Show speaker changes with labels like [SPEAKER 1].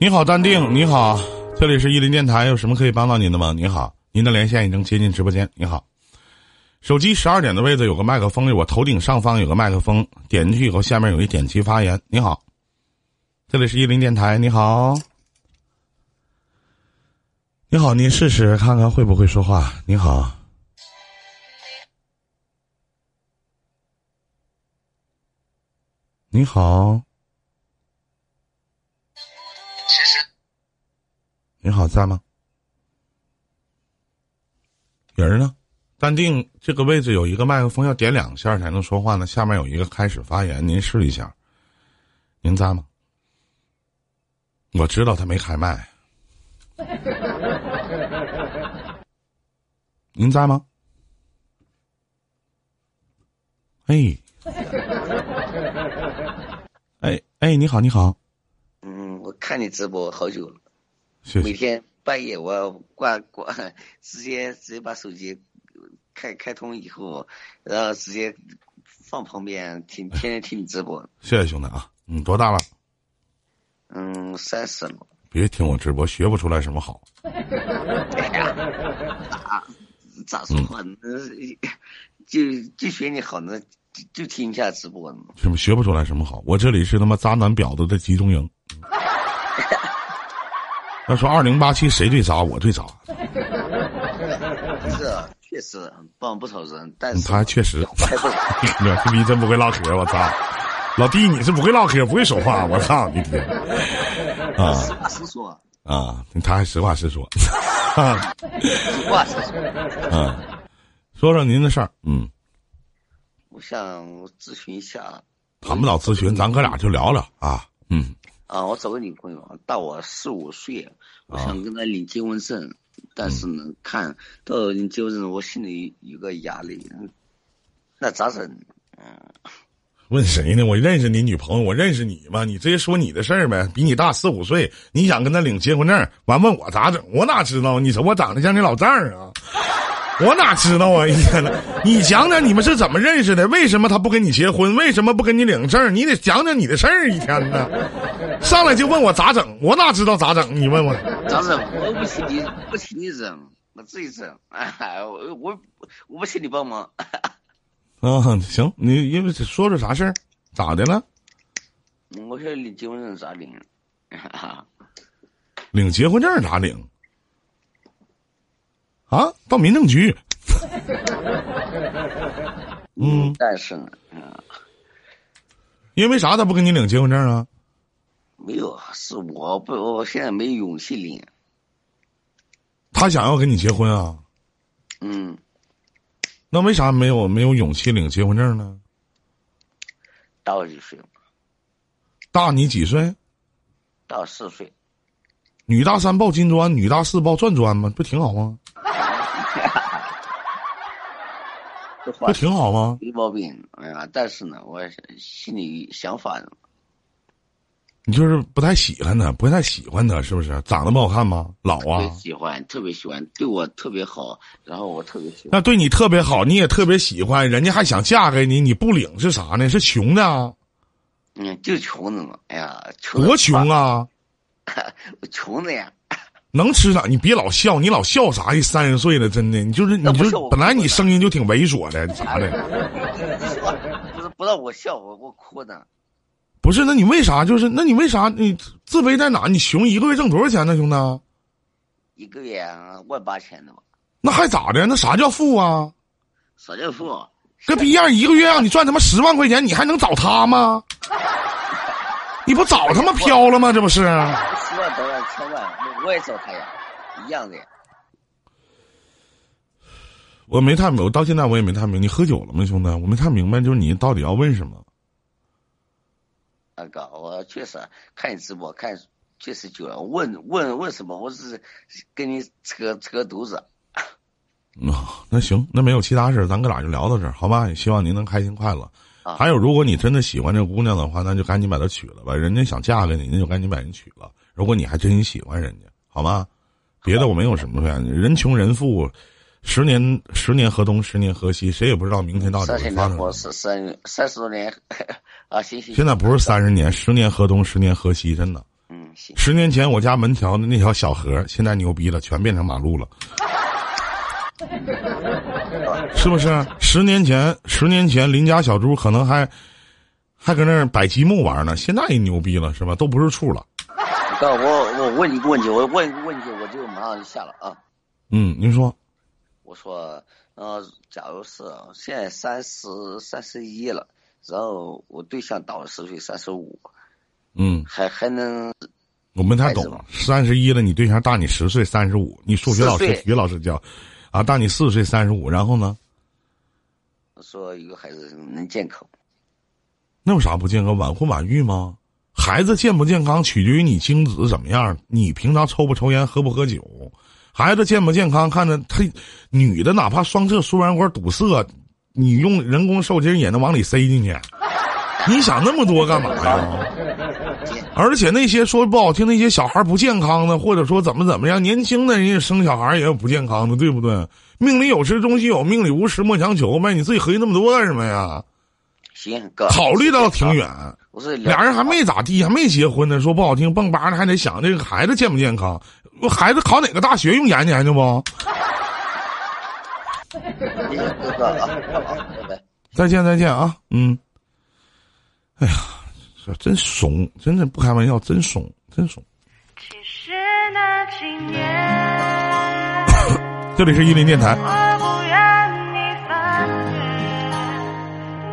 [SPEAKER 1] 你好，淡定。你好，这里是伊林电台，有什么可以帮到您的吗？你好，您的连线已经接进直播间。你好，手机十二点的位置有个麦克风，我头顶上方有个麦克风，点进去以后，下面有一点击发言。你好，这里是伊林电台。你好，你好，您试试看看会不会说话。你好，你好，
[SPEAKER 2] 其实
[SPEAKER 1] 你好，在吗？人呢？淡定，这个位置有一个麦克风，要点两下才能说话呢。下面有一个开始发言，您试一下。您在吗？我知道他没开麦。您在吗？哎，哎哎，你好，你好，
[SPEAKER 2] 嗯，我看你直播好久了，
[SPEAKER 1] 谢
[SPEAKER 2] 每
[SPEAKER 1] 谢。
[SPEAKER 2] 天半夜我挂挂，直接直接把手机开开通以后，然后直接放旁边听，天天听你直播。
[SPEAKER 1] 谢谢兄弟啊，你多大了？
[SPEAKER 2] 嗯，三十了，
[SPEAKER 1] 别听我直播，学不出来什么好。
[SPEAKER 2] 咋说话呢？
[SPEAKER 1] 嗯
[SPEAKER 2] 就就学你好呢，就就听一下直播呢。
[SPEAKER 1] 什么学不出来什么好。我这里是他妈渣男婊子的集中营。要说二零八七谁最渣，我最渣，
[SPEAKER 2] 这啊确实帮不少人，但是
[SPEAKER 1] 嗯他还确实，
[SPEAKER 2] 坏不少。
[SPEAKER 1] 这逼真不会唠嗑，我操！老弟，你是不会唠嗑，不会说话，我操你天！啊
[SPEAKER 2] 实话实说，
[SPEAKER 1] 啊，他还实话实说，
[SPEAKER 2] 实话实说，
[SPEAKER 1] 啊，说说您的事儿，嗯，
[SPEAKER 2] 我想咨询一下。啊
[SPEAKER 1] 谈不到咨询，咱哥俩就聊聊啊，嗯，
[SPEAKER 2] 啊，我找个女朋友啊，大我四五岁，我
[SPEAKER 1] 啊
[SPEAKER 2] 想跟她领结婚证，但是呢，看到领结婚证，我心里有个压力，嗯那咋整？嗯，
[SPEAKER 1] 问谁呢？我认识你女朋友，我认识你吗？你直接说你的事儿呗，比你大四五岁，你想跟她领结婚证，完问我咋整？我哪知道？你瞅我长得像你老丈人啊，我哪知道啊？一 天了，你讲讲你们是怎么认识的？为什么他不跟你结婚？为什么不跟你领证？你得讲讲你的事儿。一天呢，上来就问我咋整，我哪知道咋整？你问我，
[SPEAKER 2] 咋整？我又不请你，不请你整，我自己整。哎，我我我不请你帮忙。
[SPEAKER 1] 啊，行，你因为说说啥事儿，咋的了？
[SPEAKER 2] 嗯我说领结婚证咋 领？
[SPEAKER 1] 领结婚证咋领？啊，到民政局。嗯，
[SPEAKER 2] 但是呢，啊，
[SPEAKER 1] 因为啥他不给你领结婚证啊？
[SPEAKER 2] 没有，是我不，我现在没勇气领。
[SPEAKER 1] 他想要跟你结婚啊？
[SPEAKER 2] 嗯，
[SPEAKER 1] 那为啥没有没有勇气领结婚证呢？
[SPEAKER 2] 大我几岁？
[SPEAKER 1] 大你几岁？
[SPEAKER 2] 大我四岁。
[SPEAKER 1] 女大三抱金砖，女大四抱转砖吗？不挺好吗？
[SPEAKER 2] 这 话
[SPEAKER 1] 不挺好吗？
[SPEAKER 2] 没毛病，哎呀，但是呢，我心里想法
[SPEAKER 1] 啊
[SPEAKER 2] 呢，
[SPEAKER 1] 你就是不太喜欢他，不太喜欢他，是不是？长得不好看吗？老
[SPEAKER 2] 特
[SPEAKER 1] 啊
[SPEAKER 2] 别？喜欢，特别喜欢，对我特别好，然后我特别喜欢，
[SPEAKER 1] 那对你特别好，你也特别喜欢，人家还想嫁给你，你不领是啥呢？是穷的啊，
[SPEAKER 2] 嗯，就穷的嘛，哎呀，穷的
[SPEAKER 1] 多穷，啊！
[SPEAKER 2] 我穷的呀，
[SPEAKER 1] 能吃啥？你别老笑，你老笑啥呀？三十岁了，真的，你就是你
[SPEAKER 2] 那不
[SPEAKER 1] 就是
[SPEAKER 2] 我
[SPEAKER 1] 本来你声音就挺猥琐的，啥的，
[SPEAKER 2] 你说不是不让我笑，我我哭呢，
[SPEAKER 1] 不是？那你为啥就是？那你为啥你自卑在哪？你穷一个月挣多少钱呢，兄弟？
[SPEAKER 2] 一个月啊万八千的嘛，
[SPEAKER 1] 那还咋的？那啥叫富啊？
[SPEAKER 2] 少叫富，
[SPEAKER 1] 跟逼样，一个月让你赚他妈十万块钱，你还能找他吗？你不早他妈飘了吗？这不是？
[SPEAKER 2] 十万百万千万，我我也找他呀，一样的呀，
[SPEAKER 1] 我没太明，我到现在我也没太明。你喝酒了吗，兄弟？我没太明白，就是你到底要问什么？
[SPEAKER 2] 那个我确实看你直播看。确实久了，问问问什么？我只是跟你扯扯犊子。
[SPEAKER 1] 嗯，那行，那没有其他事儿咱哥俩就聊到这儿，好吧？也希望您能开心快乐。
[SPEAKER 2] 啊
[SPEAKER 1] 还有，如果你真的喜欢这姑娘的话，那就赶紧把她娶了吧。人家想嫁给你，那就赶紧把人娶了。如果你还真心喜欢人家，好吗？别的我没有什么劝，人穷人富，十年十年河东，十年河西，谁也不知道明天到底
[SPEAKER 2] 三
[SPEAKER 1] 会
[SPEAKER 2] 十
[SPEAKER 1] 发
[SPEAKER 2] 年
[SPEAKER 1] 生什
[SPEAKER 2] 活
[SPEAKER 1] 么。
[SPEAKER 2] 是三三十多年，啊，行行。
[SPEAKER 1] 现在不是三十年，十年河东，十年河西，真的。
[SPEAKER 2] 嗯，嗯，行，
[SPEAKER 1] 十年前我家门前的那条小河，现在牛逼了，全变成马路了，是不是？十年前，十年前邻家小猪可能还还搁那儿摆积木玩呢，现在也牛逼了，是吧？都不是处了。
[SPEAKER 2] 那我我问你个问题，我问一个问题，我就马上就下了啊。
[SPEAKER 1] 嗯，您说，
[SPEAKER 2] 我说，呃，假如是啊现在三十三十一了，然后我对象大我十岁，三十五，
[SPEAKER 1] 嗯，
[SPEAKER 2] 还还能
[SPEAKER 1] 我没太
[SPEAKER 2] 孩子
[SPEAKER 1] 懂
[SPEAKER 2] 嘛。
[SPEAKER 1] 三十一了，你对象大你十岁，三十五，你数学老师
[SPEAKER 2] 四岁
[SPEAKER 1] 体育老师教，啊，大你四岁，三十五，然后呢？
[SPEAKER 2] 说一个孩子能健康？
[SPEAKER 1] 那有啥不健康？晚婚晚育吗？孩子健不健康取决于你精子怎么样，你平常抽不抽烟，喝不喝酒。孩子健不健康，看着他女的，哪怕双侧输卵管堵塞，你用人工受精也能往里塞进去。你想那么多干嘛呀？而且那些说不好听，那些小孩不健康的，或者说怎么怎么样，年轻的人家生小孩也有不健康的，对不对？命里有时终须有，命里无时莫强求呗。你自己合计那么多干什么呀？
[SPEAKER 2] 行，哥，
[SPEAKER 1] 考虑到挺远。
[SPEAKER 2] 我说
[SPEAKER 1] 俩人还没咋地，还没结婚呢，说不好听，蹦吧的还得想这个孩子健不健康，孩子考哪个大学用研究研究不？
[SPEAKER 2] 行哥哥啊，好，拜拜。
[SPEAKER 1] 再见再见啊，嗯，哎呀，这真怂，真的不开玩笑，真怂，真怂。
[SPEAKER 3] 其实那几年，
[SPEAKER 1] 这里是伊林电台，
[SPEAKER 3] 我